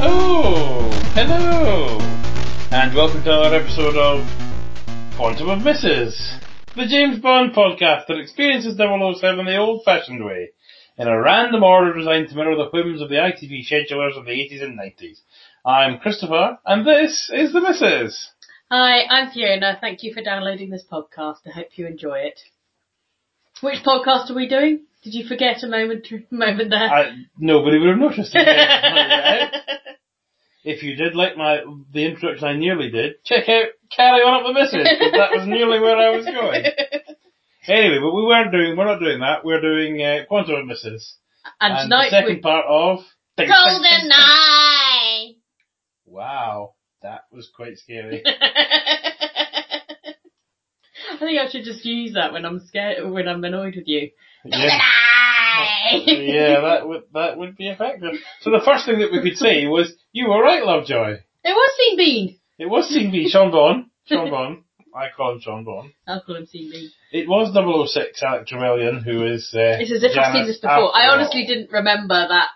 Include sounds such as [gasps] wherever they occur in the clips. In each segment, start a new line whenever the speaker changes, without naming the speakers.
Oh, hello, and welcome to another episode of Quantum of Misses, the James Bond podcast that experiences 007 the old-fashioned way, in a random order designed to mirror the whims of the ITV schedulers of the 80s and 90s. I'm Christopher, and this is the Misses.
Hi, I'm Fiona. Thank you for downloading this podcast. I hope you enjoy it. Which podcast are we doing? Did you forget a moment moment there? [laughs]
I, nobody would have noticed it. [laughs] If you did like my the introduction I nearly did, check out Carry On Up the Misses, 'cause that was nearly where I was going. Anyway, but we weren't doing, we're not doing that, we're doing uh, Quantum of Misses.
[laughs] and,
the
tonight
second
we
part of... Ding, ding, ding,
Golden
ding.
Eye.
Wow, that was quite
[laughs]
scary.
I think [laughs] I should just use that when I'm scared or when I'm annoyed with you.
yeah.
Goldeneye!
yeah, that would that would be effective. So the first thing that we could say was, "You were right, Lovejoy."
[laughs] It was Sean Bean.
It was CV Sean Bon, Sean Bon, icon Sean Bon.
I'll call him Sean Bean.
It was 006 Alec Trevelyan who is. Uh,
It's as if I've seen
Janice
this before. I
Atwell.
honestly didn't remember that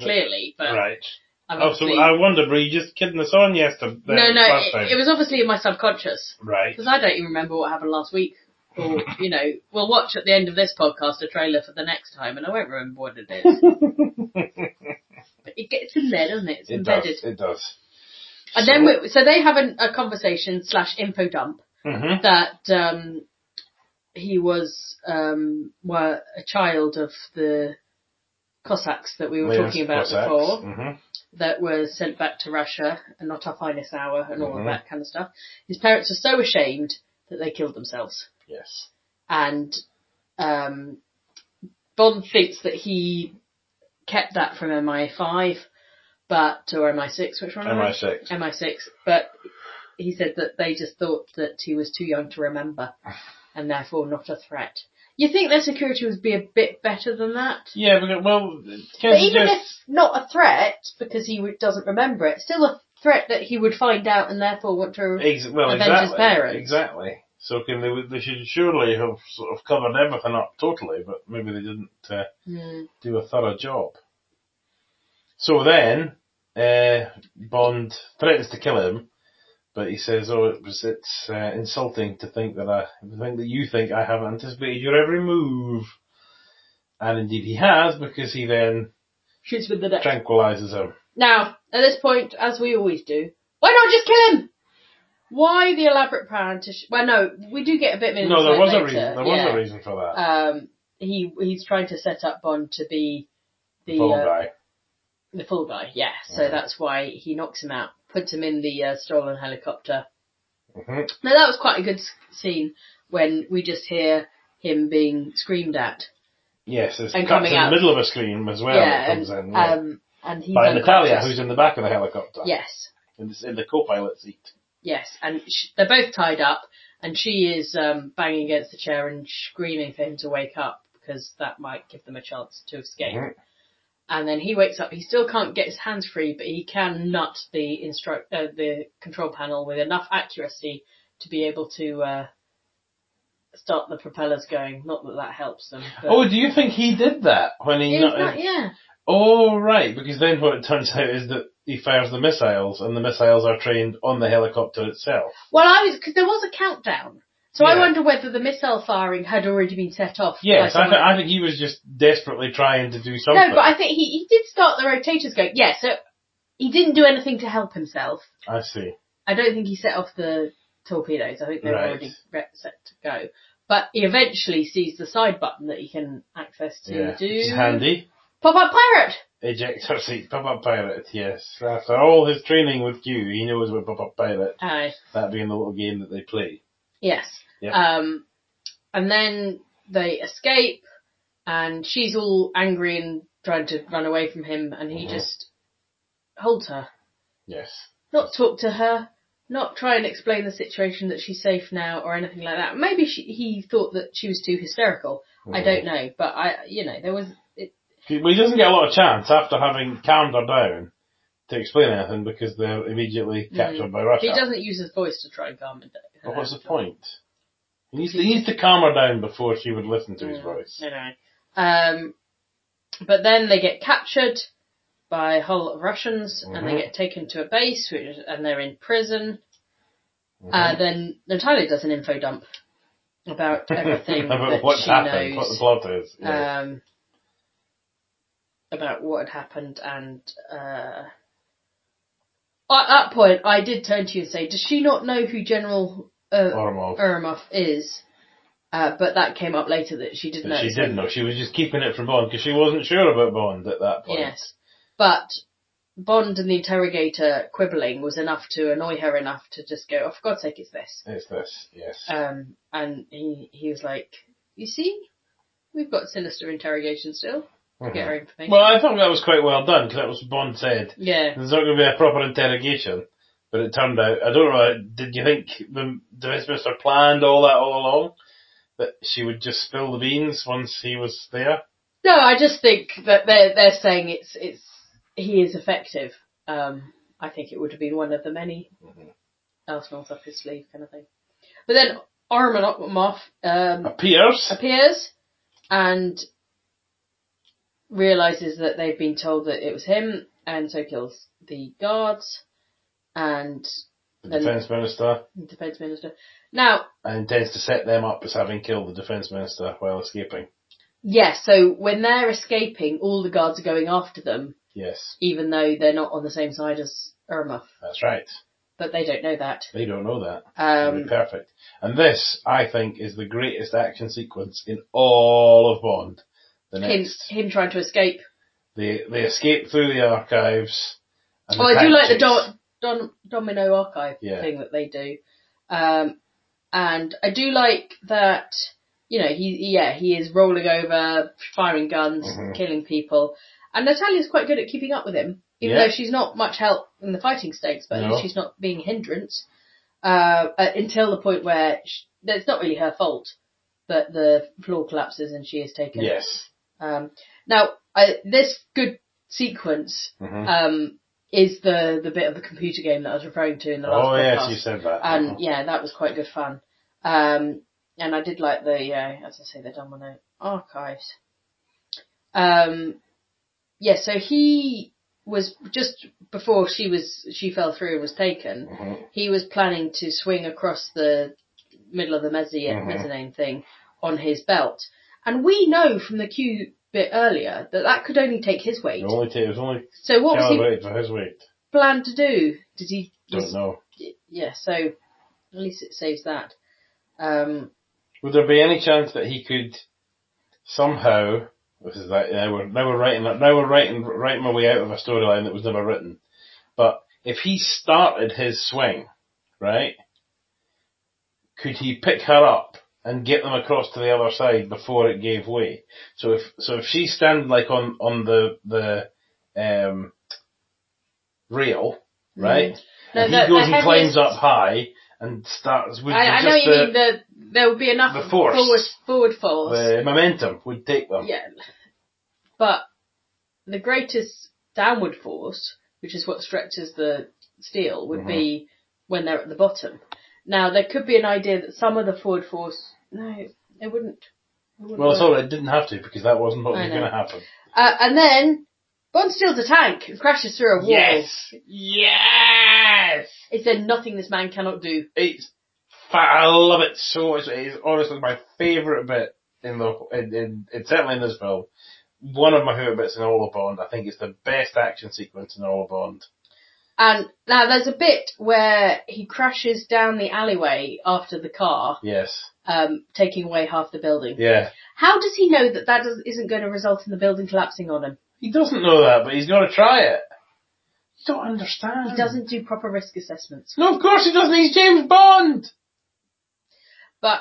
clearly, but
Right.
I'm
Oh, so
obviously-
I wonder, were you just kidding us on yesterday?
no, no,
last time?
it, it was obviously in my subconscious
Right.
because I don't even remember what happened last week.
[laughs]
Or you know, we'll watch at the end of this podcast a trailer for the next time, and I won't remember what it is.
[laughs]
but it gets in there, doesn't it? It's
It
embedded.
does. It does.
And then we, so they have an, a conversation slash info dump
hmm
that um, he was um, were a child of the Cossacks that we were talking about before.
hmm
that were sent back to Russia and not our finest hour and all
Mhm.
of that kind of stuff. His parents are so ashamed that they killed themselves.
Yes.
And um, Bond thinks that he kept that from MI5, but or MI6, which one? am I?
MI6.
MI6, but he said that they just thought that he was too young to remember and therefore not a threat. You think their security would be a bit better than that?
Yeah, because, well,
But
Ken's
even
just,
if not a threat, because he would, doesn't remember it, still a threat that he would find out and therefore want to.
Ex- well,
avenge
exactly.
his parents.
Exactly. So can they? They should surely have sort of covered everything up totally, but maybe they didn't uh,
Hmm.
do a thorough job. So then, uh, Bond threatens to kill him, but he says, "Oh, it was it's uh, insulting to think that I think that you think I haven't anticipated your every move." And indeed, he has because he then
Shoots with the deck.
tranquilizes him.
Now, at this point, as we always do, why not just kill him? Why the elaborate plan to? Sh- well, no, we do get a bit of an
No, there
insight
was a
later.
reason. There
yeah.
was a reason for that.
Um, he he's trying to set up Bond to be the
Bond
uh,
guy.
the full guy. Yeah, so
Yeah.
that's why he knocks him out, puts him in the uh, stolen helicopter,
Mhm.
Now that was quite a good s- scene when we just hear him being screamed at.
Yes, it's
And
cuts
coming
in the
out.
middle of a scream as well.
yeah,
it comes
and,
in yeah.
um, and he's
by Natalia,
unconscious.
who's in the back of the helicopter,
yes,
in, the, in the co-pilot seat.
yes, and sh they're both tied up, and she is um, banging against the chair and screaming for him to wake up because that might give them a chance to escape.
Mhm.
And then he wakes up. He still can't get his hands free, but he can nut the instruct uh, the control panel with enough accuracy to be able to. Uh, Start the propellers going. Not that that helps them. But
Oh, do you think he did that when he?
He's
not-
not- yeah.
oh, right, because then what it turns out is that he fires the missiles, and the missiles are trained on the helicopter itself.
Well, I was because there was a countdown, so I
Yeah.
wonder whether the missile firing had already been set off.
Yes,
by
I,
someone.
th- I think he was just desperately trying to do something.
no, but I think he, he did start the rotators going. Yeah, so he didn't do anything to help himself.
I see.
I don't think he set off the torpedoes. I think they were
Right.
already re- set to go. But he eventually sees the side button that he can access to
yeah,
do
it's handy.
pop up pirate.
Ejector seat, pop-up pilot. Yes, after all his training with Q, he knows what pop-up pilot.
Aye.
That being the little game that they play.
Yes.
Yep.
Um, and then they escape, and she's all angry and trying to run away
Mm-hmm.
from him, and he
Mhm.
just holds her,
Yes.
not talk to her, not try and explain the situation that she's safe now or anything like that. Maybe she, he thought that she was too hysterical.
Mm-hmm.
I don't know, but I, you know, there was it,
He, well, he doesn't get a lot of chance after having calmed her down to explain anything because they're immediately captured by Russia.
Mm-hmm. he doesn't use his voice to try and calm her down.
But what's the point? He needs, to, he needs to calm her down before she would listen to his
Yeah,
voice.
Anyway, um, but then they get captured by a whole lot of Russians, and they
Mhm.
get taken to a base, which, is- and they're in prison. Uh,
Mm-hmm.
then Natalia does an info dump
[laughs]
about everything that
about what's
she
happened, what the
knows,
plot is. Yeah.
um, about what had happened, and uh, at that point, I did turn to you and say, "Does she not know who General uh,
Ormov.
Urimov is?" Uh, but that came up later that she didn't
But
know.
she
so-
didn't know. She was just keeping it from Bond because she wasn't sure about Bond at that point.
Yes. But Bond and the interrogator quibbling was enough to annoy her enough to just go, oh, for God's sake, it's this.
It's this, yes.
Um, and he, he was like, you see, we've got sinister interrogation still. to
Mm-hmm.
Get her information.
well, I thought that was quite well done because that was Bond said.
yeah.
There's not going to be a proper interrogation. But it turned out, I don't know, did you think the the Westminster planned all that all along? That she would just spill the beans once he was there?
No, I just think that they're, they're saying it's, it's, he is effective. Um, I think it would have been one of the many arsenals up his sleeve kind of thing. But then Armanov, um,
Appears.
appears and realizes that they've been told that it was him, and so kills the guards and
The Defence Minister.
the defense minister. Now,
and intends to set them up as having killed the defence minister while escaping.
yes, so when they're escaping, all the guards are going after them,
Yes,
even though they're not on the same side as Irma.
that's right.
But they don't know that.
They don't know that. That'd be
Um,
perfect. And this, I think, is the greatest action sequence in all of Bond. The
him,
next,
him trying to escape.
they they escape through the archives. And
Oh, I do like the
tactics.
dom- dom- domino archive
Yeah.
thing that they do, um, and I do like that. You know, he yeah he is rolling over, firing guns,
Mhm.
killing people, and Natalia's quite good at keeping up with him, even
Yeah.
though she's not much help in the fighting stakes, but at least
No.
she's not being a hindrance uh, uh, until the point where sh that's not really her fault, but the floor collapses and she is taken.
Yes.
Um, now, I, this good sequence
Mhm.
um, is the the bit of the computer game that I was referring to in the last
Oh
podcast.
yes, you said that.
and yeah, that was quite good fun. Um, and I did like the uh, as I say the Domino archives. Um, yeah, so he was just before she was she fell through and was taken.
Mhm.
He was planning to swing across the middle of the mezzi-
Mm-hmm.
mezzanine thing on his belt, and we know from the cue bit earlier that that could only take his weight.
It only ta- it was only
So what was he
calibrated for his weight.
planned to do? Did he?
Don't know.
Yeah, so at least it saves that. Um,
Would there be any chance that he could somehow? This is like now we're now we're writing now we're writing writing my way out of a storyline that was never written. But if he started his swing, right, could he pick her up and get them across to the other side before it gave way? So if so, if she stand like on on the the um, rail, right,
Mm-hmm. No,
and
the-
he
the
goes and
heaviest-
climbs up high and starts. Would
I, I know
just
you
the-
mean the there would be enough
the force.
forward forward force.
the momentum would take them.
Yeah. But the greatest downward force, which is what stretches the steel, would
Mm-hmm.
be when they're at the bottom. Now there could be an idea that some of the forward force no, it wouldn't. It wouldn't
Well,
work.
it's all right. It didn't have to because that wasn't what
I
was
know.
going to happen.
Uh, and then Bond steals a tank and crashes through a wall.
yes,
Is there nothing this man cannot do?
it's. fa- I love it so much. It is honestly my favorite bit in the in, in, in certainly in this film. One of my favorite bits in all of Bond. I think it's the best action sequence in all of Bond.
And now there's a bit where he crashes down the alleyway after the car,
Yes.
um, taking away half the building.
Yeah.
How does he know that that does, isn't going to result in the building collapsing on him?
He doesn't know that, but he's going to try it. You don't understand.
He doesn't do proper risk assessments.
No, of course he doesn't. He's James Bond.
But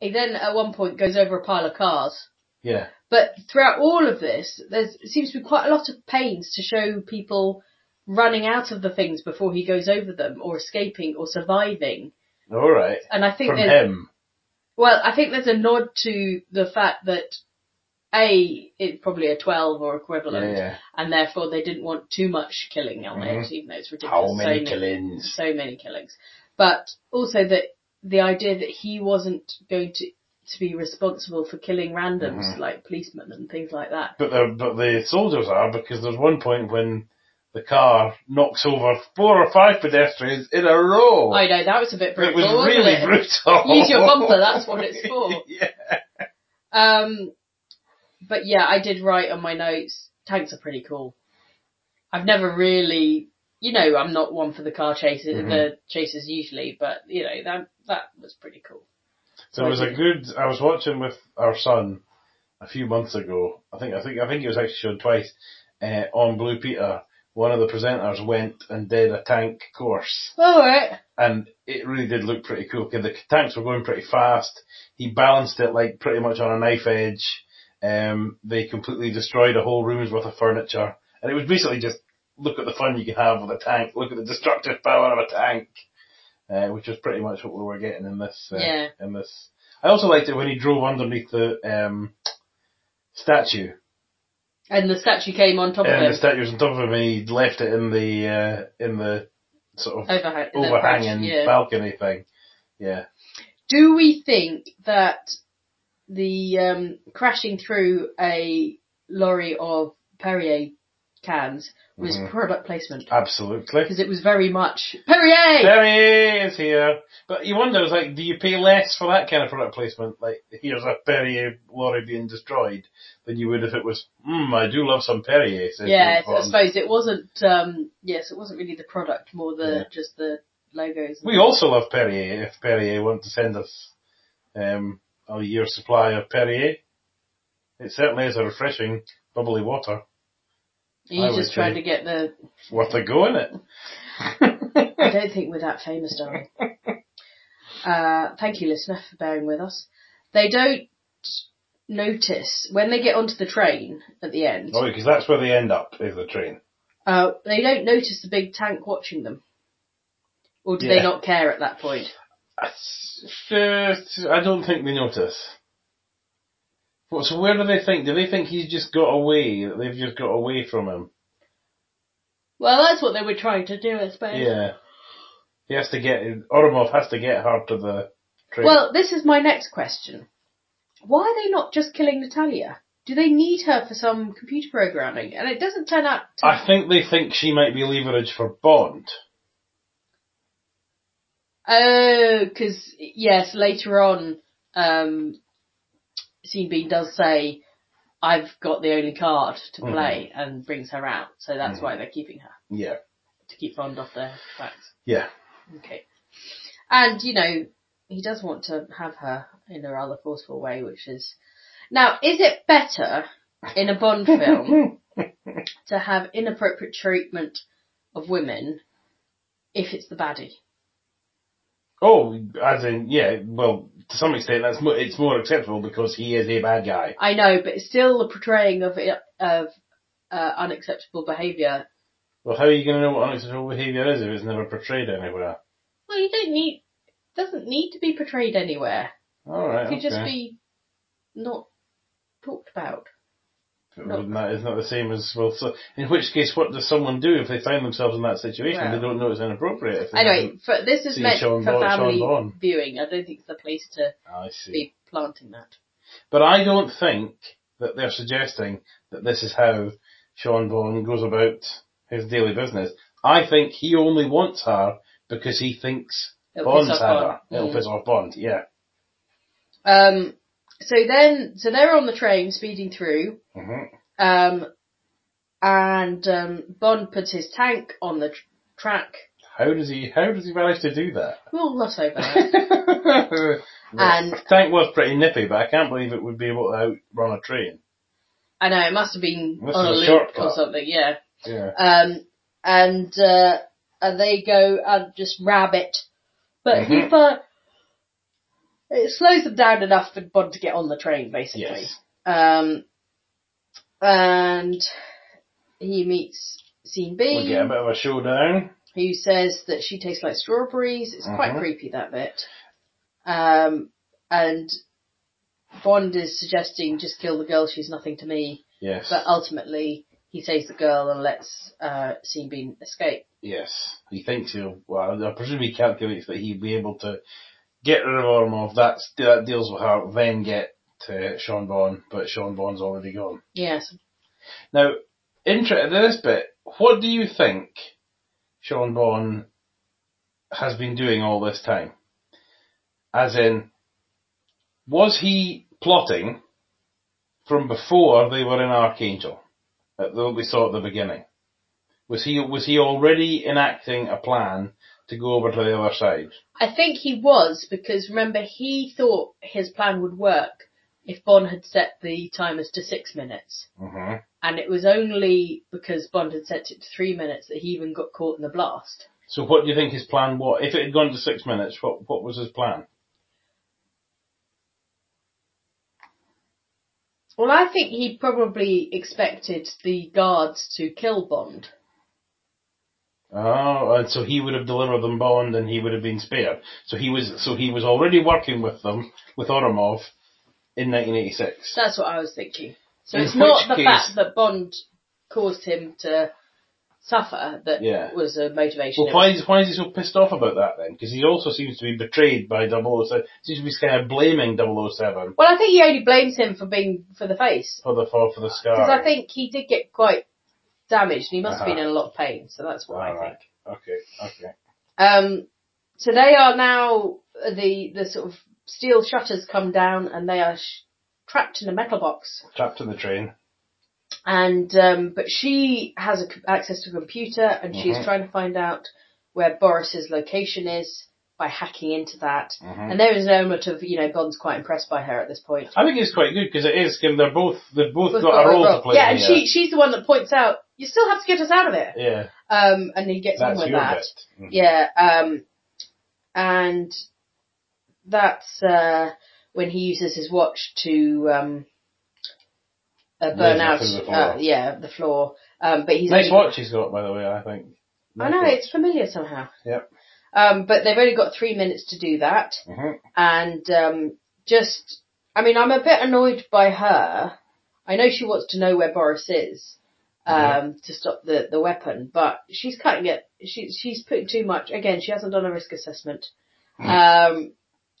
he then at one point goes over a pile of cars.
Yeah.
But throughout all of this, there seems to be quite a lot of pains to show people running out of the things before he goes over them, or escaping, or surviving.
All right.
And I think
From
there's
him.
well, I think there's a nod to the fact that a it's probably a twelve or
Yeah,
equivalent,
yeah.
and therefore they didn't want too much killing on
Mhm.
it, even though it's ridiculous.
How many
so
killings?
so many killings. But also that the idea that he wasn't going to to be responsible for killing randoms
Mm-hmm.
like policemen and things like that.
But the but the soldiers are because there's one point when the car knocks over four or five pedestrians in a row.
I know that was a
it
bit Oh, brutal.
was
wasn't
really
it?
brutal.
[laughs] Use your
[laughs]
bumper, that's what it's for.
yeah.
Um, but yeah, I did write on my notes. Tanks are pretty cool. I've never really, you know, I'm not one for the car chases,
Mm-hmm.
the chases usually, but you know that that was pretty cool.
So it was a good. I was watching with our son a few months ago. I think I think I think it was actually shown twice uh, on Blue Peter. One of the presenters went and did a tank course,
All right.
and it really did look pretty cool because the tanks were going pretty fast. He balanced it like pretty much on a knife edge. Um, they completely destroyed a whole room's worth of furniture, and it was basically just look at the fun you can have with a tank. Look at the destructive power of a tank, uh, which was pretty much what we were getting in this. Uh,
Yeah.
In this, I also liked it when he drove underneath the um, statue.
And the statue came on top
And the
of him,
statue was on top of him, and he left it in the uh, in the sort of
overhang. Oh, the crash,
overhanging
yeah.
balcony thing. Yeah,
Do we think that the um, crashing through a lorry of Perrier cans was
Mm-hmm.
product placement?
absolutely.
Because it was very much Perrier.
There he is here. But you wonder, it's like, do you pay less for that kind of product placement? Like, here's a Perrier lorry being destroyed than you would if it was, hmm, I do love some Perrier. says
Yeah,
James
so I
Bond.
suppose it wasn't. Um, yes, it wasn't really the product, more the
Yeah.
just the logos.
We also love Perrier if Perrier want to send us um, a year's supply of Perrier. It certainly is a refreshing bubbly water. I
He's
would
just trying
say-
to get the.
It's worth a go,
[laughs]
is it?
I don't think we're that famous,
[laughs]
darling. Uh, thank you, listener, for bearing with us. They don't notice when they get onto the train at the end.
Oh, because that's where they end up is the train.
Uh, they don't notice the big tank watching them, or do
Yeah.
they not care at that point?
That's- I don't think they notice. Well, so where do they think? Do they think he's just got away? That they've just got away from him?
Well, that's what they were trying to do, I suppose.
Yeah. He has to get Oromov has to get her to the train.
Well, this is my next question. Why are they not just killing Natalia? Do they need her for some computer programming? And it doesn't turn out to
I think they think she might be leverage for Bond.
Oh, because yes, later on, um, Sean Bean does say, "I've got the only card to play," and brings her out. So that's why they're keeping her
Yeah.
to keep Bond off their tracks.
Yeah.
Okay, and you know he does want to have her in a rather forceful way, which is now is it better in a Bond film to have inappropriate treatment of women if it's the baddie?
Oh, as in yeah. Well, to some extent, that's mo- it's more acceptable because he is a bad guy.
I know, but it's still the portraying of it, of uh, unacceptable behaviour.
Well, how are you going to know what unacceptable behaviour is if it's never portrayed anywhere?
Well, you don't need doesn't need to be portrayed anywhere.
All right.
It could just
okay.
be not talked about.
But Wouldn't that is not the same as well. So, in which case, what does someone do if they find themselves in that situation?
Well.
they don't know it's inappropriate. If they
Anyway,
haven't-
for, this is
See
meant
Sean
for
Bond- Sean
family
Bond.
viewing. I don't think it's the place to
I see.
be planting that.
But I don't think that they're suggesting that this is how Sean Bond goes about his daily business. I think he only wants her because he thinks
It'll piss
Bond's
off
had
Bond.
her. It'll
Mm.
piss off Bond. Yeah.
Um, so then, so they're on the train speeding through,
Mhm.
um, and um, Bond puts his tank on the tr- track.
How does he? How does he manage to do
[laughs]
that?
We'll gloss
[laughs]
over that.
and
And-
tank was pretty nippy, but I can't believe it would be able to outrun a train.
I know it must have been
This
on a
is a
loop
shortcut.
or something. Yeah.
Yeah.
Um, and uh, and they go and just rabbit, but he
Mhm.
fi- it slows them down enough for Bond to get on the train basically.
Yes.
Um, and he meets Scene
We get a
B,
bit of a showdown.
who says that she tastes like strawberries. It's quite
Mhm.
creepy, that bit. Um, and Bond is suggesting just kill the girl, she's nothing to me.
Yes.
But ultimately, he saves the girl and lets uh, Scene B escape.
Yes, he thinks he'll. Well, I presume he calculates that he'll be able to get rid of Ormov. That's that deals with her. Then get to Sean Bond, but Sean Bond's already gone.
Yes.
Now, interested in this bit. What do you think Sean Bond has been doing all this time? As in, was he plotting from before they were in Archangel? At the, we saw at the beginning. Was he was he already enacting a plan to go over to the other side?
I think he was, because remember, he thought his plan would work if Bond had set the timers to six minutes.
hmm
And it was only because Bond had set it to three minutes that he even got caught in the blast.
So what do you think his plan was? If it had gone to six minutes, what what was his plan?
Well, I think he probably expected the guards to kill Bond.
Oh, and so he would have delivered them Bond, and he would have been spared. So he was so he was already working with them with Oromov in 1986.
That's what I was thinking. So
In
it's not
which
the
case-
fact that Bond caused him to suffer that
Yeah.
was a motivation.
Well, why is why is he so pissed off about that then? Because he also seems to be betrayed by 007. Seems to be kind of blaming 007
Well, I think he only blames him for being for the face
for the fall for the scar.
because I think he did get quite damaged and he must have
Uh-huh.
been in a lot of pain. So that's what I
All
think.
right. Okay. Okay.
Um, so they are now the the sort of steel shutters come down and they are sh- trapped in a metal box.
trapped to the train.
and um, but she has a c access to a computer and she's
Mhm.
trying to find out where Boris's location is by hacking into that.
Mhm.
And there is an element of you know Bond's quite impressed by her at this point.
I think it's quite good because it is. Given they're both they've both
Both
got
got
a
a
role
role.
to play.
yeah, and
here.
she she's the one that points out you still have to get us out of here.
Yeah,
Um, and he gets on
that's
with
your
that.
best. Mhm.
Yeah, um, and that's uh, when he uses his watch to um, uh, burn
Laser
out.
through the
Uh,
floor.
yeah, the floor. Um, but he's
Nice
only-
watch he's got, by the way. I think.
I know, it's familiar somehow.
Yep.
Um, but they've only got three minutes to do that.
Mhm.
And um, just, I mean, I'm a bit annoyed by her. I know she wants to know where Boris is um,
Mm-hmm.
to stop the, the weapon, but she's cutting it. She, she's putting too much. Again, she hasn't done a risk assessment.
Hmm.
Um,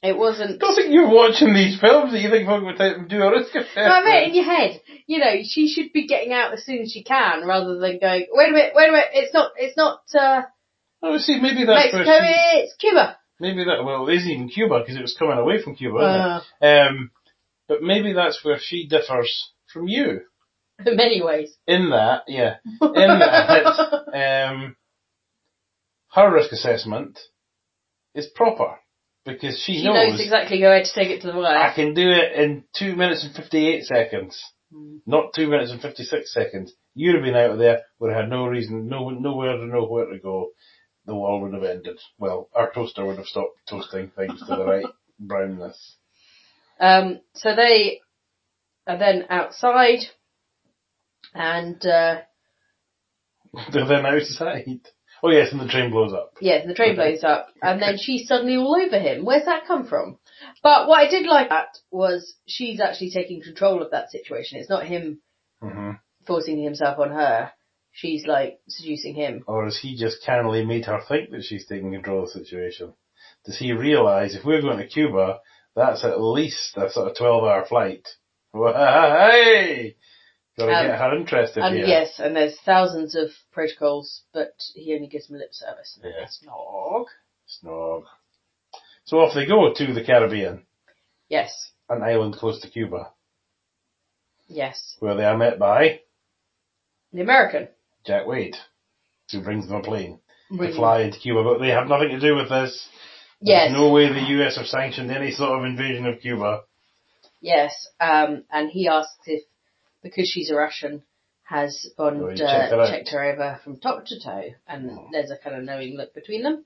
it wasn't.
Don't think you're watching these films that you think fucking would take- do a risk assessment.
No, I meant in your head. You know, she should be getting out as soon as she can, rather than going. Wait a minute, wait a minute. It's not. It's not uh,
Oh, see, maybe that's
Mexico.
where she,
It's Cuba.
maybe that. Well, it isn't even Cuba because it was coming away from Cuba. Wasn't
Uh,
it? Um, but maybe that's where she differs from you
[laughs] in many ways.
in that. Yeah, in
[laughs]
that um, her risk assessment is proper because she,
she knows exactly where to take it to the
I
left.
can do it in two minutes and fifty-eight seconds,
Mm.
not two minutes and fifty-six seconds. You'd have been out of there, would have had no reason, no nowhere to know where to go. The world would have ended. Well, our toaster would have stopped toasting things to the right [laughs] brownness. [laughs]
Um, so they are then outside, and uh,
They're then outside. Oh yes, and the train blows up.
yeah, the train blows up, and then she's suddenly all over him. Where's that come from? But what I did like that was she's actually taking control of that situation. It's not him
hmm
forcing himself on her. She's like seducing him.
Or has he just cannily made her think that she's taking control of the situation? Does he realise if we're going to Cuba, that's at least a sort of 12 hour flight? Hey! Gotta
Um,
get her interested
And
here.
yes, and there's thousands of protocols, but he only gives them lip service.
Yeah.
Snog.
Snog. So off they go to the Caribbean,
Yes.
an island close to Cuba,
Yes.
where they are met by
The American.
Jack Wade, who brings them a plane to
Really-
fly into Cuba, but they have nothing to do with this.
Yes.
There's no way the US have sanctioned any sort of invasion of Cuba.
Yes, um, and he asks if, because she's a Russian, has Bond
Oh, he
uh,
checked her out. Hmm.
checked her over from top to toe, and there's a kind of knowing look between them.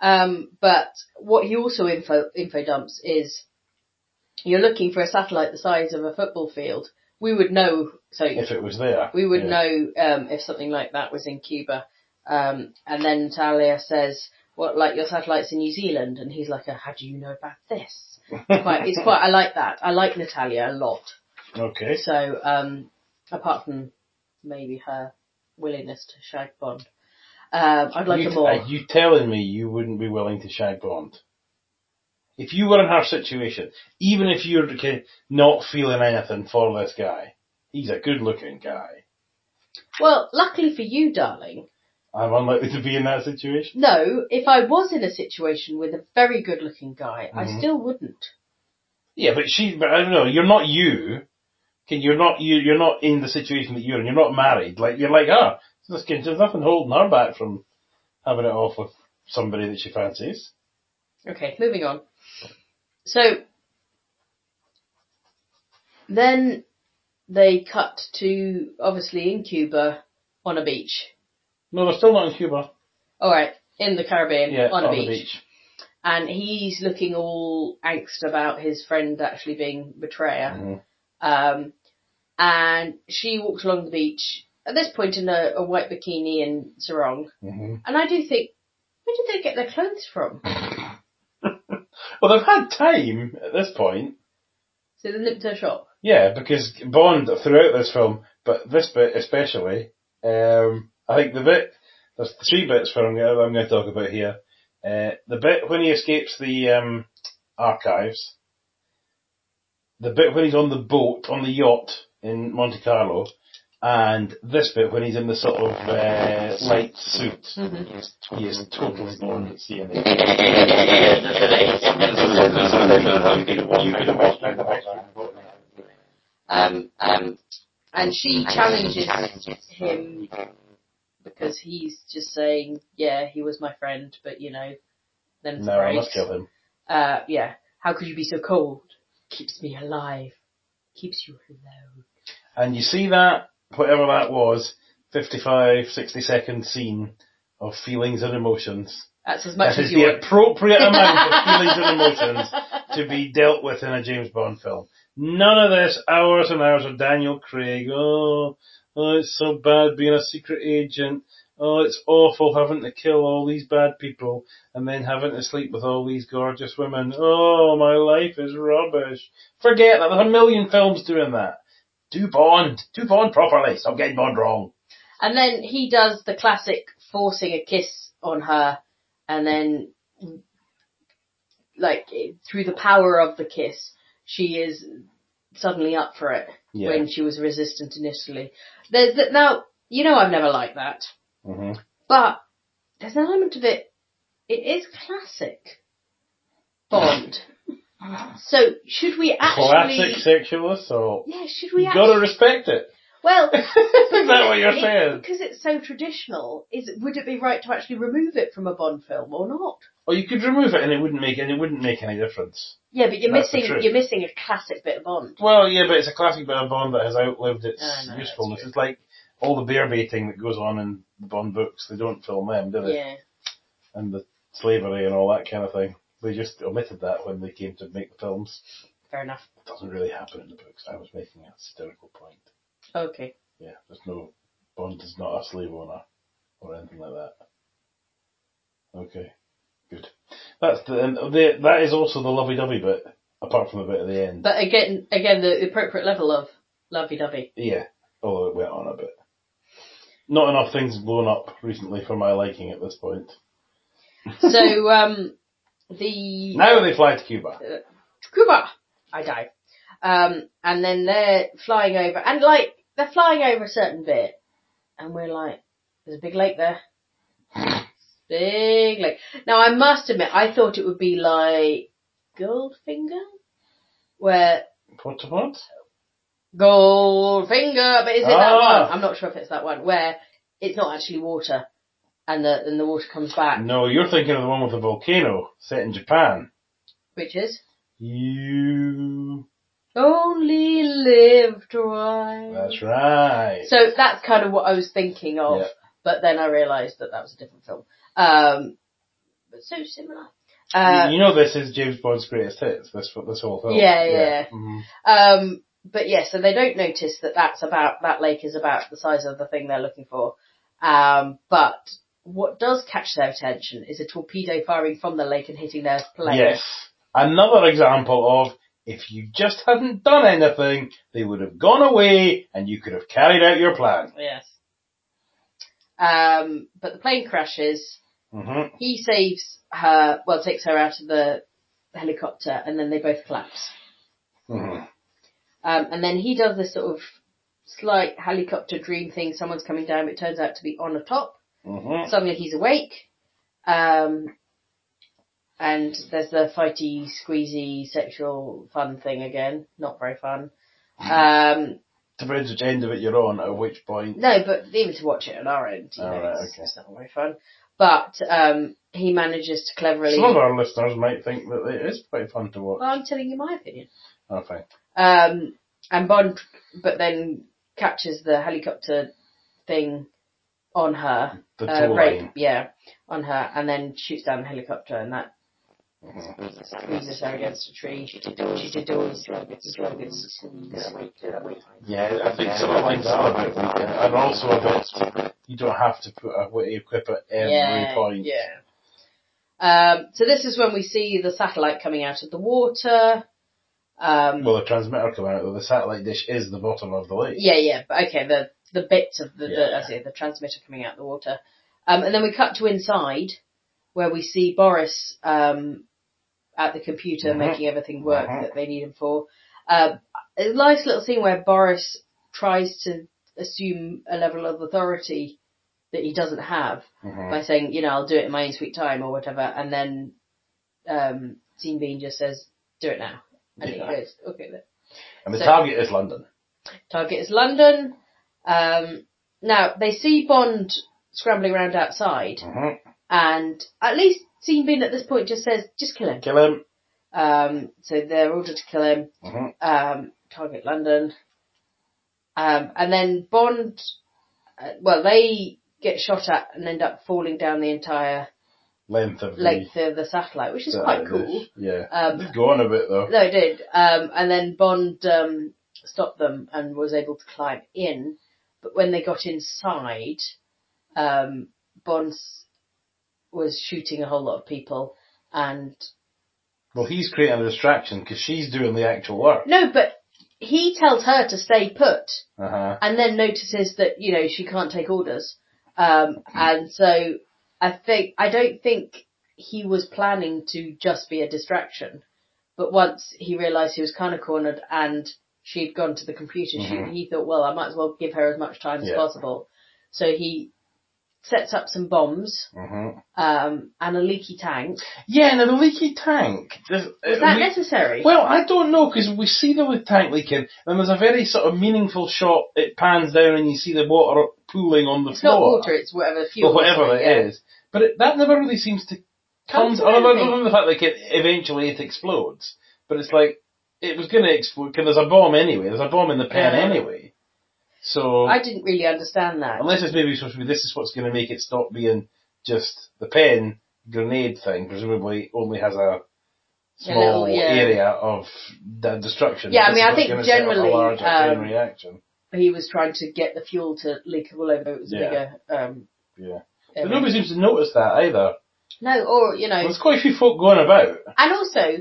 Um, but what he also info info dumps is, you're looking for a satellite the size of a football field, we would know. So
if it was there.
we would
Yeah.
know um, if something like that was in Cuba. Um, and then Natalia says, "What like your satellites in New Zealand?" And he's like, "Uh, "How do you know about this?" It's quite, it's quite. I like that. I like Natalia a lot.
[laughs] Okay.
So um, apart from maybe her willingness to shag Bond, um, I'd like
you,
them all.
Are you telling me you wouldn't be willing to shag Bond? If you were in her situation, even if you're ca- not feeling anything for this guy, he's a good looking guy.
Well, luckily for you, darling,
I'm unlikely to be in that situation.
no. If I was in a situation with a very good-looking guy, I still wouldn't.
Yeah, but she, but I don't know, you're not you. Okay, you're not, you, you're not in the situation that you're in. You're not married. Like, you're like, ah, so this kid, there's nothing holding her back from having it off with somebody that she fancies.
Okay, moving on. So then they cut to obviously in Cuba on a beach.
No, they're still not in Cuba.
All right, in the Caribbean
Yeah,
on, a beach. and he's looking all angst about his friend actually being betrayer.
Mhm.
Um, and she walks along the beach at this point in a, a white bikini and sarong.
hmm
And I do think, where did they get their clothes from?
Well, they've had time at this point.
So they nipped her shop.
Yeah, because Bond throughout this film, but this bit especially, um, I think the bit there's three bits for I'm going I'm going to talk about here. Uh, the bit when he escapes the um, archives, the bit when he's on the boat on the yacht in Monte Carlo, and this bit when he's in the sort of uh, light suit.
Mm-hmm.
He is totally Bond at CNA.
Um, um, and she challenges him because he's just saying, yeah, he was my friend, but you know, then it's
No, I
breaks.
must kill him.
uh, yeah, how could you be so cold? Keeps me alive. Keeps you alone.
And you see that, whatever that was, 55, 60 second scene of feelings and emotions.
That's as much
That
as
is
you
the
want.
appropriate amount
[laughs]
of feelings and emotions to be dealt with in a James Bond film. None of this hours and hours of Daniel Craig. Oh, oh, it's so bad being a secret agent. Oh, it's awful having to kill all these bad people and then having to sleep with all these gorgeous women. Oh, my life is rubbish. Forget that. There's a million films doing that. Do Bond. Do Bond properly. Stop getting Bond wrong.
And then he does the classic forcing a kiss on her and then, like, it- through the power of the kiss, she is suddenly up for it
Yeah.
when she was resistant initially. There's that, now, you know I've never liked that,
hmm
but there's an element of it, it is classic
[laughs]
Bond. so should we actually...
Classic sexual assault.
Yeah, should we
You
actually?
gotta respect it.
well,
[laughs] Is that what you're
it-
saying?
Because it's so traditional, is would it be right to actually remove it from a Bond film or not?
Or you could remove it and it wouldn't make and it wouldn't make any difference.
Yeah, but you're
That's the
missing
truth.
you're missing a classic bit of Bond.
Well, yeah, but it's a classic bit of Bond that has outlived its
I know, that's
usefulness.
true.
It's like all the bear baiting that goes on in the Bond books. They don't film them, do they?
Yeah,
And the slavery and all that kind of thing. They just omitted that when they came to make the films.
fair enough.
It doesn't really happen in the books. I was making a hysterical point.
Okay,
Yeah, there's no Bond is not a slave owner or anything like that. Okay, good. That's the, and the that is also the lovey-dovey bit, apart from the bit at the end.
but again, again, the appropriate level of lovey-dovey.
yeah, although it went on a bit. Not enough things blown up recently for my liking at this point.
so um,
[laughs]
the
Now they fly to Cuba.
Cuba, I die, um, and then they're flying over, and like they're flying over a certain bit, and we're like, there's a big lake there.
[sighs]
Big lake. Now I must admit, I thought it would be like Goldfinger, where
What to what?
Goldfinger, but is it that
Ah.
one? I'm not sure if it's that one where it's not actually water, and the and the water comes back,
No, you're thinking of the one with the volcano set in Japan.
which is
You.
only live twice.
That's right.
So that's kind of what I was thinking of,
Yeah.
but then I realised that that was a different film. Um, but so similar. Uh,
you know this is James Bond's greatest hits. This this whole film.
Yeah, yeah.
Mhm.
Um, but yeah, so they don't notice that that's about that lake is about the size of the thing they're looking for. Um, but what does catch their attention is a torpedo firing from the lake and hitting their plane.
Yes. Another example of if you just hadn't done anything, they would have gone away and you could have carried out your plan.
Yes. Um, but the plane crashes.
hmm
He saves her, well, takes her out of the helicopter, and then they both collapse.
hmm
Um, and then he does this sort of slight helicopter dream thing. Someone's coming down, but it turns out to be on the top.
hmm
Suddenly he's awake. Um, and there's the fighty, squeezy, sexual fun thing again. Not very fun. Um,
Depends which end of it you're on, at which point.
no, but even to watch it on our end, you
Oh,
know,
right,
it's,
okay.
it's not very fun. But um, he manages to cleverly.
Some of our listeners might think that it is quite fun to watch.
Well, I'm telling you my opinion.
Okay.
Um, and Bond, but then catches the helicopter thing on her.
The
uh,
tow
rape,
line.
yeah, on her, and then shoots down the helicopter, and that squeezes her against a tree. She did all she did all these sluggets, sluggets.
Yeah, I think something like that are a bit weaker. And also a bit, you don't have to put away equip at every
Yeah,
point.
yeah. Um, so this is when we see the satellite coming out of the water. Um,
Well, the transmitter coming out of the satellite dish is the bottom of the lake.
yeah, yeah, but okay, the the bits of the, the
Yeah.
I see the transmitter coming out of the water, um, and then we cut to inside where we see Boris um, at the computer
Mhm.
making everything work
Mhm.
that they need him for. Uh, a nice little scene where Boris tries to assume a level of authority that he doesn't have
hmm
by saying, you know, I'll do it in my own sweet time or whatever, and then um, Sean Bean just says, do it now, and
Yeah.
he goes, okay, then.
And the
So-
target is London.
Target is London. Um, now they see Bond scrambling around outside,
hmm
and at least Sean Bean at this point just says, "Just kill him."
Kill him.
Um, so they're ordered to kill him.
hmm
Um, target London, um, and then Bond. Uh, well, they get shot at and end up falling down the entire
Length of the
length of the satellite, which is quite
satellite
cool.
dish. Yeah.
Um,
Go on a bit though.
No, it did. Um, and then Bond um, stopped them and was able to climb in. But when they got inside, um, Bond s- was shooting a whole lot of people. And
Well, he's creating a distraction because she's doing the actual work.
no, but he tells her to stay put,
Uh huh.
and then notices that you know she can't take orders. Um, and so I think I don't think he was planning to just be a distraction. But once he realised he was kind of cornered and she'd gone to the computer,
Mhm.
she, he thought, well, I might as well give her as much time as
Yeah.
possible. So he sets up some bombs
hmm
um, and a leaky tank.
Yeah, now the leaky tank. Is
Is that necessary?
uh, Well, I don't know because we see the leak tank leaking, and there's a very sort of meaningful shot. It pans down and you see the water pooling on the
it's not
floor,
water, it's whatever fuel.
or whatever
it is.
it is. But it, that never really seems to come.
Comes
to-
to
Other
anything.
than the fact that it, eventually it explodes, but it's like it was going to explode because there's a bomb anyway. There's a bomb in the pen
Yeah.
anyway. So
I didn't really understand that.
unless it's maybe supposed to be this is what's going to make it stop being just the pen grenade thing. Presumably only has a small
little, yeah.
area of the destruction.
Yeah, I
This
mean,
is
I
what's
think
gonna set off
generally,
a larger chain
um,
reaction.
he was trying to get the fuel to leak all over. It was
Yeah.
bigger. Um,
Yeah.
area.
But nobody seems to notice that either.
no, or you know,
There's quite a few folk going about.
and also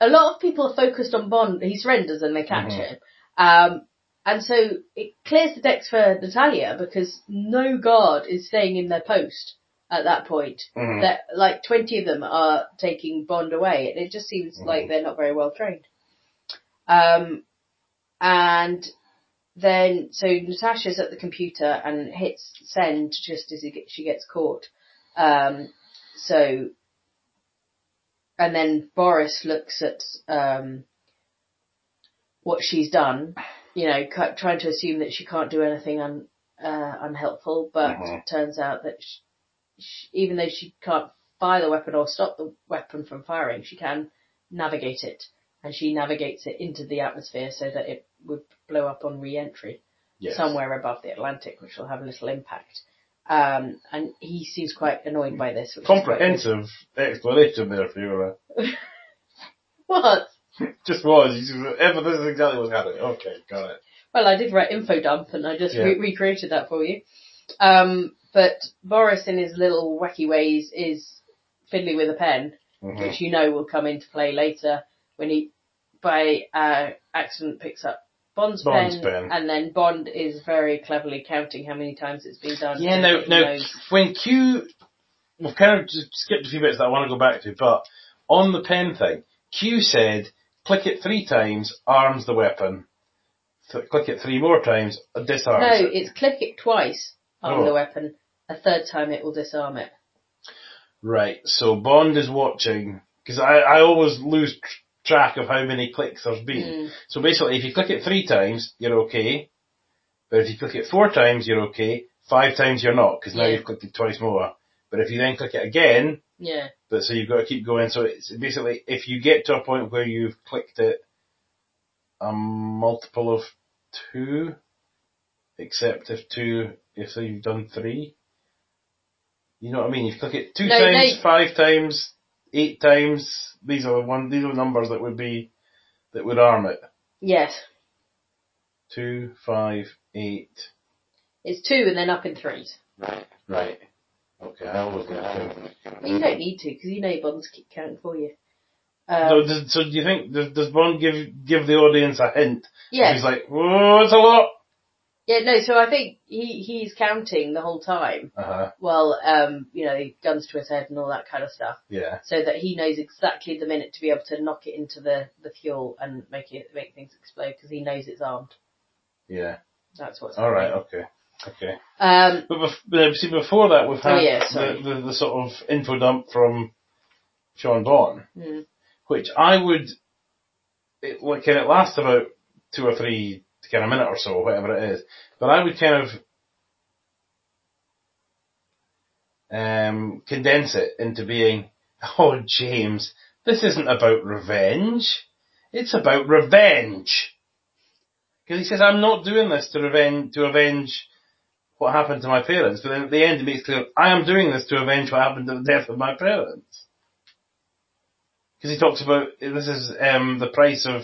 a lot of people are focused on Bond. He surrenders and they catch
Mhm.
him. Um, and so it clears the decks for Natalia because no guard is staying in their post at that point.
Mhm.
That like twenty of them are taking Bond away, and it just seems like
Mhm.
they're not very well trained. Um, and then so Natasha's at the computer and hits send just as he get, she gets caught. Um, so and then Boris looks at um, what she's done, you know, cu- trying to assume that she can't do anything un, uh, unhelpful, but
Mhm.
turns out that sh sh even though she can't fire the weapon or stop the weapon from firing, she can navigate it, and she navigates it into the atmosphere so that it would blow up on re-entry
Yes.
somewhere above the Atlantic, which will have little impact. Um, and he seems quite annoyed by this. Which is quite good.
Comprehensive explanation there, Fiona.
[laughs] What?
uh, just was. He's just- Ever, this is exactly what's happening. Okay, got it.
Well, I did write info dump, and I just
Yeah.
re- recreated that for you. Um, but Boris, in his little wacky ways, is fiddly with a pen,
Mhm.
which you know will come into play later when he, by uh, accident, picks up Bond's,
Bond's
pen,
pen.
and then Bond is very cleverly counting how many times it's been done.
Yeah,
so
no,
that he
no.
knows.
When Q, we've kind of just skipped a few bits that I want to go back to, but on the pen thing, Q said, click it three times, arms the weapon. Th- click it three more times, disarms
No,
it.
it's click it twice on
Oh.
the weapon. A third time it will disarm it.
Right, so Bond is watching, because I, I always lose tr- track of how many clicks there's been.
Mm.
So basically, if you click it three times, you're okay. But if you click it four times, you're okay. Five times, you're not, because now
Yeah.
you've clicked it twice more. But if you then click it again,
Yeah.
but so you've got to keep going. So it's basically if you get to a point where you've clicked it a multiple of two, except if two, if you've done three, you know what I mean. You click it two
No,
times,
no.
five times, eight times. These are the one. These are the numbers that would be that would arm it.
Yes.
Two, five, eight.
It's two and then up in threes.
Right. Okay, I always get two.
But
Mm.
you don't need to because you know Bond's keep counting for you. Um,
So, does, so do you think does, does Bond give give the audience a hint?
yeah.
He's like, whoa, it's a lot.
Yeah, no, so I think he, he's counting the whole time.
Uh huh.
Well, um, you know, guns to his head and all that kind of stuff.
Yeah.
So that he knows exactly the minute to be able to knock it into the, the fuel and make it, make things explode because he knows it's armed.
Yeah.
That's what's
All right.
happening.
Okay. Okay.
Um,
But bef- uh, see, before that, we've had
Oh, yeah, sorry.
the, the, the sort of info dump from Sean Bond,
Mm.
which I would, it, like, can it last about two or three, kind of minute or so, whatever it is. But I would kind of um, condense it into being, [laughs] oh, James, this isn't about revenge. It's about revenge. Because he says, I'm not doing this to revenge, to avenge what happened to my parents. But then at the end, it makes clear, I am doing this to avenge what happened to the death of my parents. Because he talks about, this is um, the price of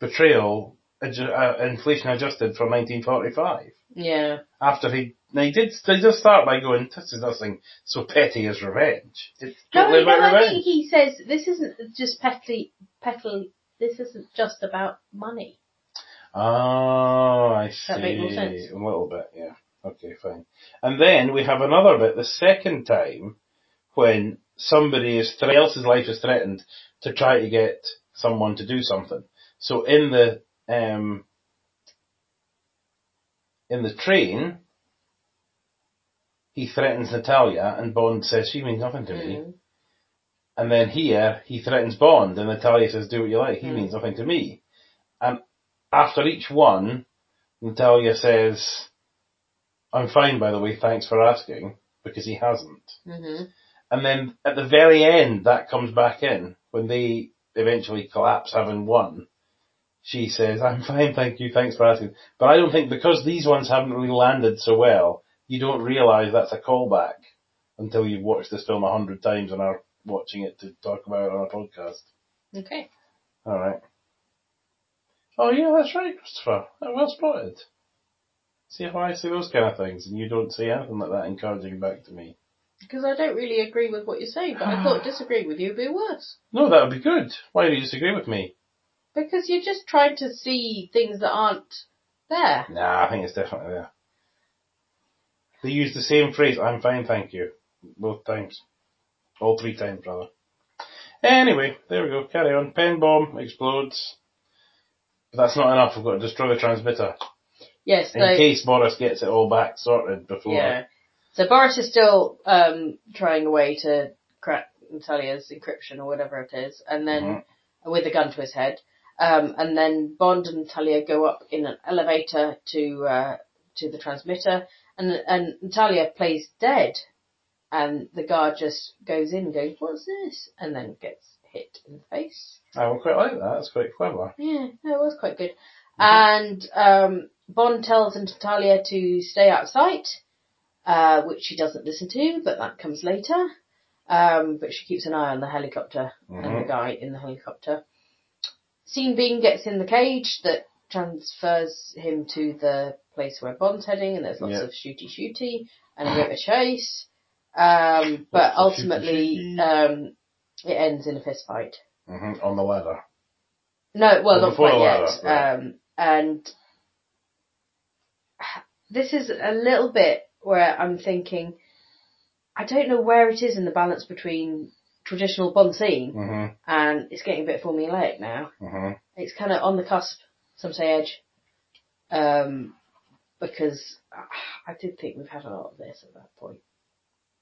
betrayal, adju- uh, inflation adjusted from 1945
yeah.
after he now he did they just start by going, This is nothing so petty as revenge. It's
No,
totally
no,
about
I think
revenge.
he says this isn't just petty, petty, this isn't just about money.
Oh, I see.
That make more sense?
A little bit, yeah. Okay, fine. And then we have another bit the second time when somebody is somebody else's life is threatened to try to get someone to do something. So in the um in the train he threatens Natalia and Bond says, She means nothing to me.
Mm.
And then here, he threatens Bond, and Natalia says, do what you like. He
Mm.
means nothing to me. And after each one, Natalia says, I'm fine, by the way, thanks for asking, because he hasn't.
hmm
And then at the very end, that comes back in, when they eventually collapse having won. She says, I'm fine, thank you, thanks for asking. But I don't think, because these ones haven't really landed so well, you don't realise that's a callback until you've watched this film a hundred times and are watching it to talk about it on a podcast.
Okay.
All right. Oh yeah, that's right, Christopher. Oh, Well spotted. See if I see those kind of things, and you don't see anything like that encouraging back to me.
Because I don't really agree with what you're saying, but I [sighs] thought disagreeing with you would be worse.
No, that would be good. Why do you disagree with me?
Because you're just trying to see things that aren't there.
Nah, I think it's definitely there. They use the same phrase. I'm fine, thank you. Both times, all three times, rather. Anyway, there we go. Carry on. Pen bomb explodes. But that's not enough. We've got to destroy the transmitter
Yes,
in
so
case Boris gets it all back sorted before.
yeah. So Boris is still um trying a way to crack Natalia's encryption or whatever it is, and then
Mhm.
with a gun to his head. Um, and then Bond and Natalia go up in an elevator to uh, to the transmitter, and and Natalia plays dead, and the guard just goes in and goes, "What's this?" and then gets hit in the face.
I would quite like that. That's quite clever.
Yeah, no, it was quite good.
Mm-hmm.
And um, Bond tells Natalia to stay out of sight, uh, which she doesn't listen to, but that comes later. Um, but she keeps an eye on the helicopter and the
Mhm.
guy in the helicopter. Sean Bean gets in the cage that transfers him to the place where Bond's heading, and there's lots
Yeah.
of shooty shooty and a bit of a chase. Um, but
Lots of shooty
ultimately,
shooty.
um, it ends in a fist fight.
hmm on the ladder.
No, well,
Well,
not
before
quite
the
yet.
ladder, right.
Um, and this is a little bit where I'm thinking, I don't know where it is in the balance between traditional Bond scene
Mm-hmm.
and it's getting a bit formulaic now.
Mm-hmm.
It's kind of on the cusp, some say edge, um, because ah, I did think we've had a lot of this at that point.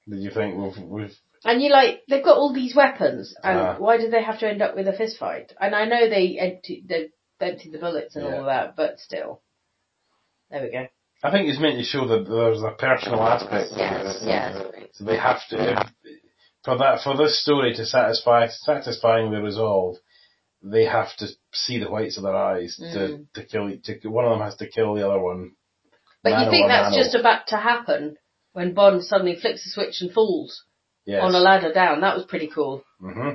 Did you think we've we've
And you're like, they've got all these weapons, and
Ah.
why did they have to end up with a fist fight? And I know they empty, they emptied the bullets and all
Yeah.
that, but still. There we go.
I think it's meant to show that there's a personal aspect to this.
Yeah, that's right.
So they have to for that for this story to satisfy satisfying the resolve, they have to see the whites of their eyes
Mm.
to, to kill e, to one of them has to kill the other one.
But
Mano
you think
a
that's
mano.
just about to happen when Bond suddenly flicks a switch and falls
Yes.
on a ladder down. That was pretty cool.
hmm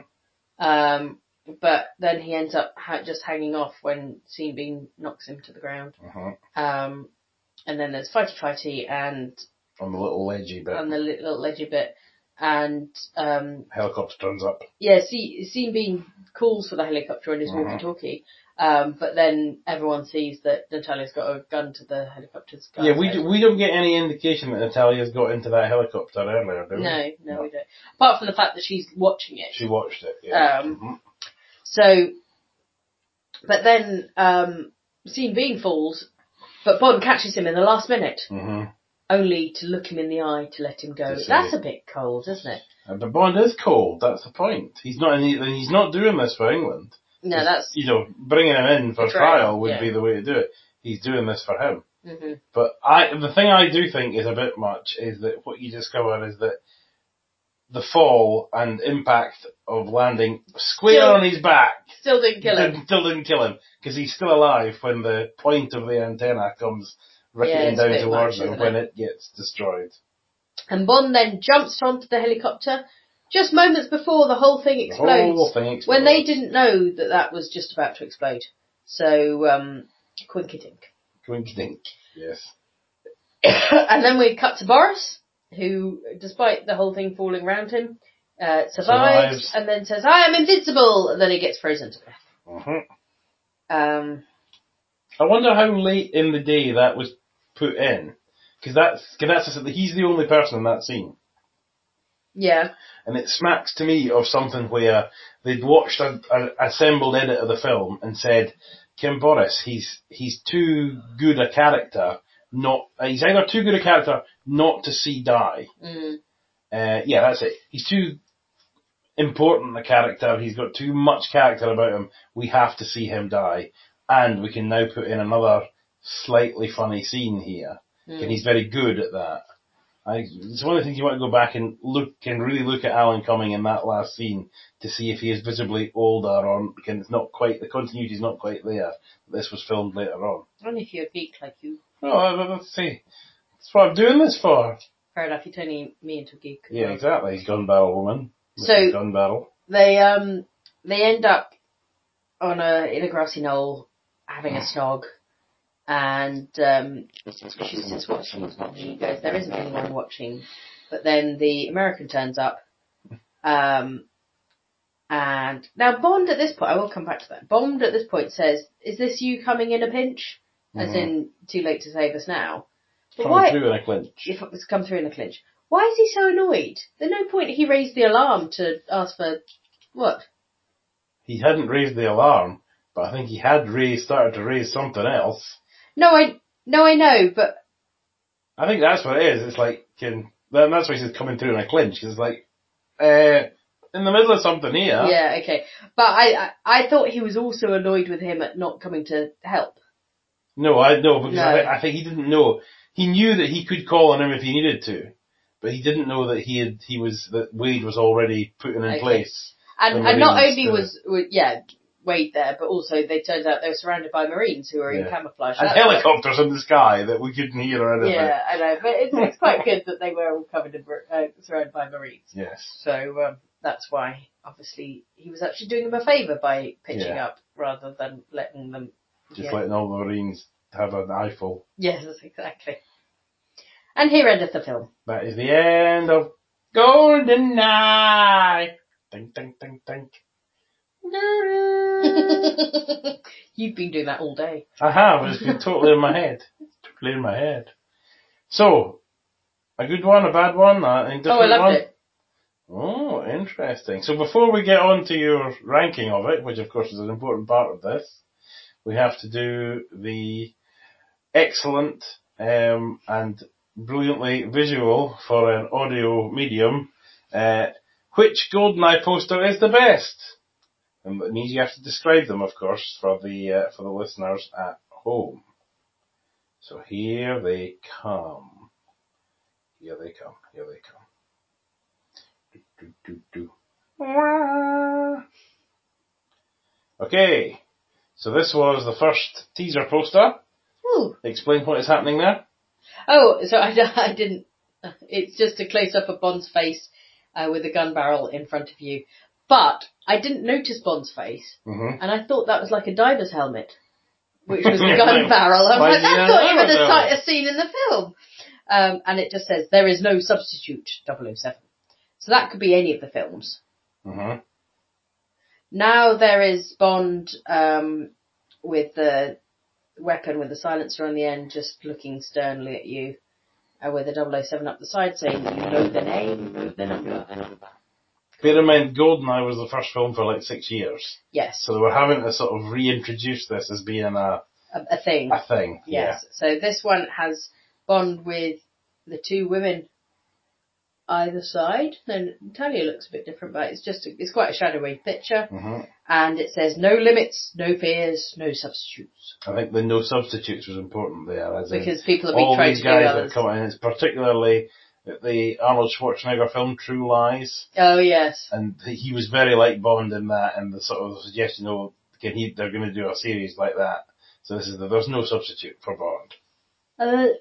Um, but then he ends up ha- just hanging off when Sean Bean knocks him to the ground.
hmm
Um, and then there's fighty fighty and
On the little ledgy bit.
on the li- little ledgy bit. And um,
Helicopter turns up.
yeah, see, Sean Bean calls for the helicopter on his
Mhm.
walkie-talkie, um, but then everyone sees that Natalia's got a gun to the helicopter's gun.
yeah, we do, we don't get any indication that Natalia's got into that helicopter earlier, do we?
No, no, we don't. Apart from the fact that she's watching it.
She watched it. Yeah.
Um,
Mhm.
So, but then um, Sean Bean falls, but Bond catches him in the last minute,
Mhm.
only to look him in the eye to let him go.
To see.
That's a bit cold, isn't it?
Uh, But Bond is cold. That's the point. He's not. Any, he's not doing this for England.
No,
He's-
that's.
you know bringing him in for
For trial,
trial would
yeah.
be the way to do it. He's doing this for him.
hmm
But I, the thing I do think is a bit much is that what you discover is that the fall and impact of landing square
Still-
on his back
Still didn't kill him.
didn't- [laughs] still didn't kill him because he's still alive when the point of the antenna comes
Yeah,
ricketing
it's a
down
bit
towards
much,
him
isn't
when it gets destroyed.
And Bond then jumps onto the helicopter just moments before the whole thing
The
explodes.
whole thing explodes.
When they didn't know that that was just about to explode. So, um, quinkydink.
Twink dink. Yes.
[coughs] and then we cut to Boris, who, despite the whole thing falling around him, uh, survives,
Survives.
and then says, I am invincible! And then he gets frozen to death.
hmm
Um,
I wonder how late in the day that was put in. Because that's, cause that's, he's the only person in that scene.
yeah.
and it smacks to me of something where they'd watched an assembled edit of the film and said, Kim Boris, he's he's too good a character not uh, he's either too good a character not to see die.
Mm,
Uh, yeah, that's it. He's too important a character. He's got too much character about him. We have to see him die, and we can now put in another slightly funny scene here and
mm.
he's very good at that. I, it's one of the things you want to go back and look and really look at Alan Cumming in that last scene to see if he is visibly older or can it's not quite the continuity's not quite there. This was filmed later on.
Only if you're a geek like you.
Oh, I, let's see. That's what I'm doing this for.
Fair enough, you're turning me into a geek.
Yeah, exactly. He's gun barrel woman. This
So-
is gun barrel.
They, um, they end up on a, in a grassy knoll, having a snog, and, um, she's just watching you guys. There isn't anyone watching. But then the American turns up. Um, and now Bond at this point, I will come back to that. Bond at this point says, "Is this you coming in a pinch?" As in, too late to save us now. But
Coming
why?
through in a clinch.
If it was come through in a clinch, why is he so annoyed? There's no point. He raised the alarm to ask for what?
He hadn't raised the alarm, but I think he had raised started to raise something else.
No, I no, I know, but
I think that's what it is. It's like can that- that's why he's coming through in a clinch. 'cause it's like, uh, in the middle of something here.
yeah, okay. But I, I I thought he was also annoyed with him at not coming to help.
No, I no because I,
No.
thi- I think he didn't know. He knew that he could call on him if he needed to, but he didn't know that he had he was that Wade was already putting in
Okay.
place.
And,
The
and not
Marines,
only
uh,
was, was yeah Wade there, but also they turned out they were surrounded by Marines who were in
Yeah.
camouflage.
And
That's-
helicopters in the sky that we couldn't hear or anything.
Yeah, I know, but it's, it's quite good that they were all covered in, mar- uh, surrounded by Marines.
Yes.
So um, that's why obviously he was actually doing them a favour by pitching
Yeah.
up rather than letting them.
Just
yeah.
letting all the Marines have an eyeful.
Yes, exactly. And here endeth the film.
That is the end of Golden Eye. Ding, ding, ding, ding. [laughs]
[laughs] You've been doing that all day.
I have. It's been totally in my head. Totally in my head. So, a good one, a bad one, an indifferent
oh, I loved
one.
it.
Oh, interesting. So before we get on to your ranking of it, which of course is an important part of this, we have to do the excellent um, and brilliantly visual for an audio medium. Uh, which GoldenEye poster is the best? And that means you have to describe them, of course, for the uh, for the listeners at home. So here they come. Here they come. Here they come. Do, do, do. Wah. Okay, so this was the first teaser poster.
Ooh.
Explain what is happening there.
Oh, so I, [laughs] I didn't. It's just a close up of Bond's face uh, with a gun barrel in front of you. But I didn't notice Bond's face,
Mm-hmm.
and I thought that was like a diver's helmet, which was the gun barrel. I'm
Why
like,
do you
that's
know
not
that
even a,
was
si- a scene in the film. Um, and it just says there is no substitute 007. So that could be any of the films.
Mm-hmm.
Now there is Bond um, with the weapon with the silencer on the end, just looking sternly at you, uh, with a 007 up the side saying, "You know the name, you know the number."
Bear in mind, Goldeneye was the first film for like six years,
Yes,
so they were having to sort of reintroduce this as being a,
a, a thing.
a thing.
Yes. So this one has Bond with the two women either side. Now Natalia looks a bit different, but it's just it's quite a shadowy picture,
Yeah. hmm
and it says, "No limits, no fears, no substitutes,"
I think the no substitutes was important there, as in
because people have been
all
trying
these
to do
guys that
others.
come in. It's particularly the Arnold Schwarzenegger film True Lies.
Oh yes.
and he was very like Bond in that, and the sort of suggestion, oh, can he? They're going to do a series like that. So this is the, there's no substitute for Bond.
Uh,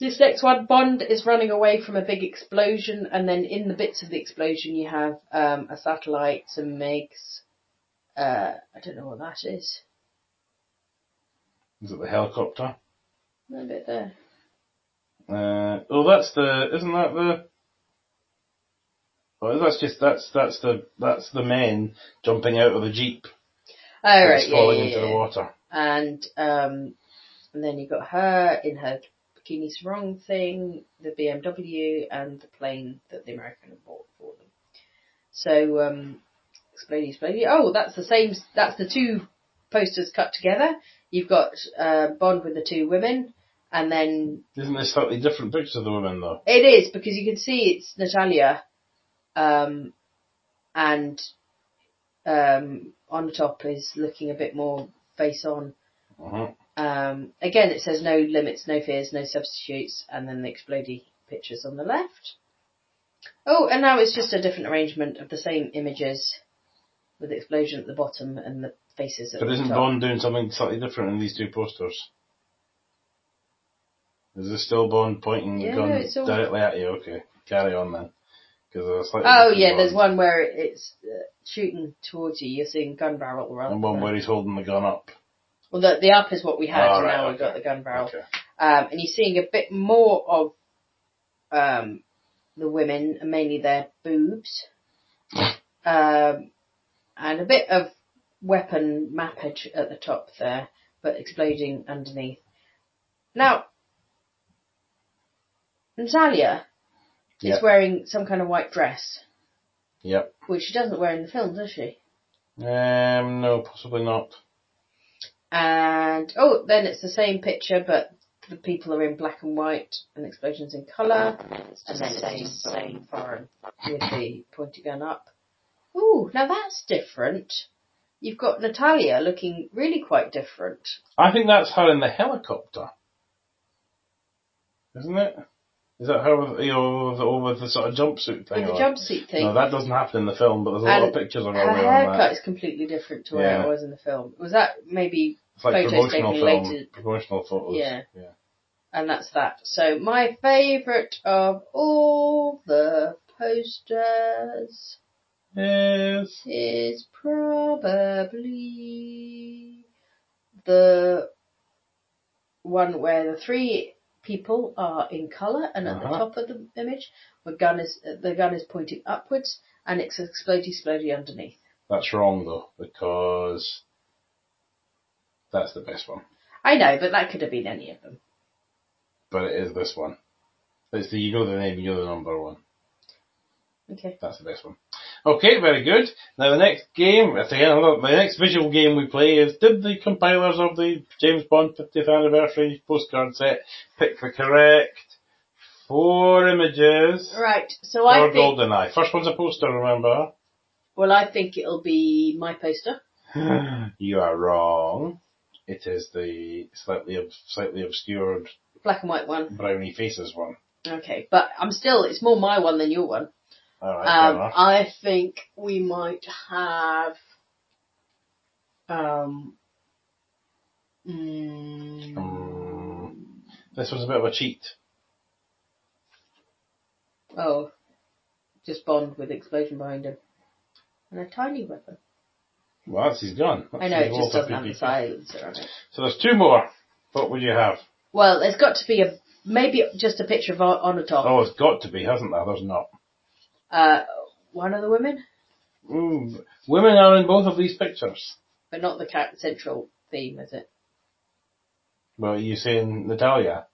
this next one, Bond is running away from a big explosion, and then in the bits of the explosion, you have um, a satellite, some MiGs. Uh, I don't know what that is.
Is it the helicopter?
A bit there.
Uh, oh, that's the isn't that the? Oh, that's just that's that's the that's the men jumping out of the jeep
Oh,
and
right,
it's
yeah,
falling
yeah,
into
yeah.
the water.
And um, and then you got her in her bikini sarong thing, the BMW, and the plane that the American had bought for them. So um, explodey, explodey. Oh, that's the same. That's the two posters cut together. You've got uh, Bond with the two women, and then
Isn't this slightly different picture of the women though?
it is because you can see it's Natalia, um, and um, on the top is looking a bit more face on.
Mhm.
Um, again, it says no limits, no fears, no substitutes, and then the explodey pictures on the left. Oh, and now it's just a different arrangement of the same images with the explosion at the bottom and the faces at
But
the
isn't
top.
Bond doing something slightly different in these two posters? Is this still Bond pointing the
Yeah,
gun
it's all-
directly at you? Okay, carry on then. 'Cause there's a slightly
oh
different
yeah, there's
Bond.
one where it's uh, shooting towards you. You're seeing gun barrel rather.
And one
than-
where he's holding the gun up.
Well, the, the up is what we had,
Oh,
and
right,
now
okay.
we've got the gun barrel.
Okay.
Um, and you're seeing a bit more of um, the women, and mainly their boobs, um, and a bit of weapon mappage at the top there, but exploding underneath. Now, Natalia
Yeah.
is wearing some kind of white dress,
Yep.
which she doesn't wear in the film, does she?
Um, no, possibly not.
And oh, then it's the same picture, but the people are in black and white, and explosions in colour, and then it's just saying foreign with the pointy gun up. Ooh, now that's different. You've got Natalia looking really quite different.
I think that's her in the helicopter. Isn't it? Is that her with, you know, with, the, oh, with the sort of jumpsuit thing?
With the
on?
jumpsuit thing,
No, that doesn't happen in the film, but there's a lot of
And
pictures of her
her
wearing that.
haircut is completely different to where
Yeah.
it was in the film. Was that maybe?
It's like
photos
promotional film,
taken later.
promotional photos.
Yeah.
yeah.
And that's that. So my favourite of all the posters
Yes.
is probably the one where the three people are in color and at the
Uh-huh.
top of the image the gun is the gun is pointing upwards and it's explodey explodey underneath.
That's wrong though, because that's the best one.
I know, but that could have been any of them.
But it is this one. It's the you know the name, you know the number one.
Okay.
That's the best one. Okay, very good. Now the next game, I think another, the next visual game we play is did the compilers of the James Bond 50th anniversary postcard set pick the correct four images
Right. So I
for
think
GoldenEye? First one's a poster, remember?
well I think it'll be my poster.
[gasps] you are wrong. It is the slightly ob- slightly obscured
Black and white one.
brownie faces one.
Okay. But I'm still it's more my one than your one.
All right, fair
Um,
enough.
I think we might have um mm,
Um, This was a bit of a cheat.
Oh, just Bond with explosion behind him. And a tiny weapon.
Well, that's his gun. That's
I know,
his
it just
Walter
doesn't have the
PPK.
silencer on it.
So there's two more. What would you have?
Well, there's got to be a, maybe just a picture of on, on a top.
Oh, it's got to be, hasn't there? There's not. Oh.
Uh, one of the women,
Ooh, women are in both of these pictures.
but not the cat central theme, is it?
Well, are you saying Natalia?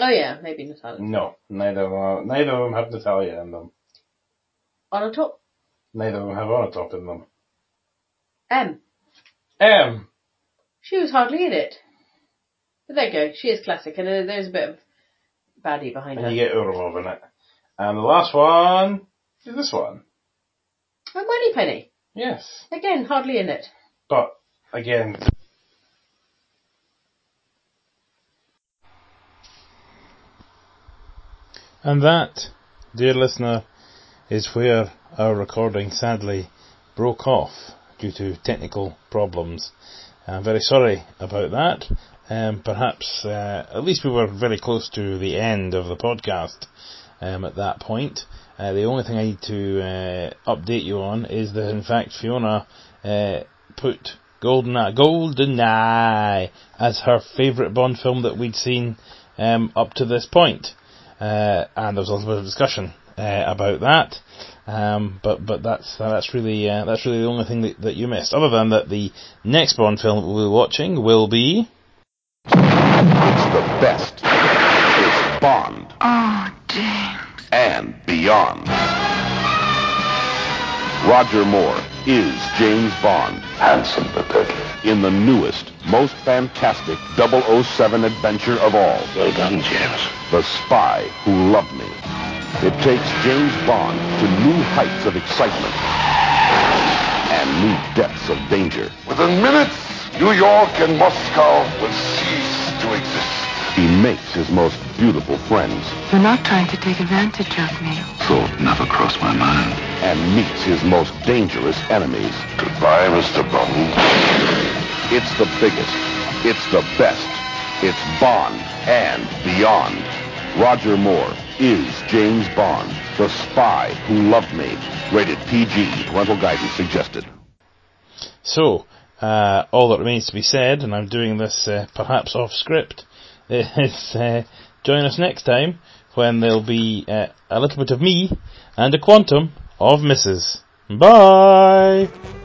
Oh yeah, maybe Natalia.
No, neither of them, are- neither of them have Natalia in them.
On a top?
Neither of them have Onatop in them.
M.
M.
She was hardly in it. But there you go, she is classic, and uh, there's a bit of baddie behind her.
And you get Urmov in it. And the last one is this one.
And Money Penny.
Yes.
Oh, Again, hardly in it.
But, again,
And that, dear listener, is where our recording sadly broke off due to technical problems. I'm very sorry about that. Um, perhaps uh, at least we were very close to the end of the podcast um, at that point. Uh, the only thing I need to uh, update you on is that in fact Fiona uh, put Goldeneye, Goldeneye as her favourite Bond film that we'd seen um, up to this point uh, and there was a little bit of discussion uh, about that. Um, but but that's uh, that's really uh, that's really the only thing that, that you missed. Other than that, the next Bond film that we'll be watching will be
It's the best. It's Bond
Oh, James.
and beyond. Roger Moore is James Bond. Handsome, but deadly. In the newest, most fantastic 007 adventure of all. Well done, James. The Spy Who Loved Me. It takes James Bond to new heights of excitement and new depths of danger.
Within minutes, New York and Moscow will cease to exist.
He makes his most beautiful friends
You're not trying to take advantage of me.
Thought never crossed my mind.
and meets his most dangerous enemies.
Goodbye, Mr. Bond.
It's the biggest. It's the best. It's Bond and beyond. Roger Moore is James Bond, the spy who loved me. Rated PG. Parental guidance suggested.
so. Uh, all that remains to be said, and I'm doing this uh, perhaps off script, [laughs] is uh, join us next time when there'll be uh, a little bit of me and a quantum of Mrs. Bye.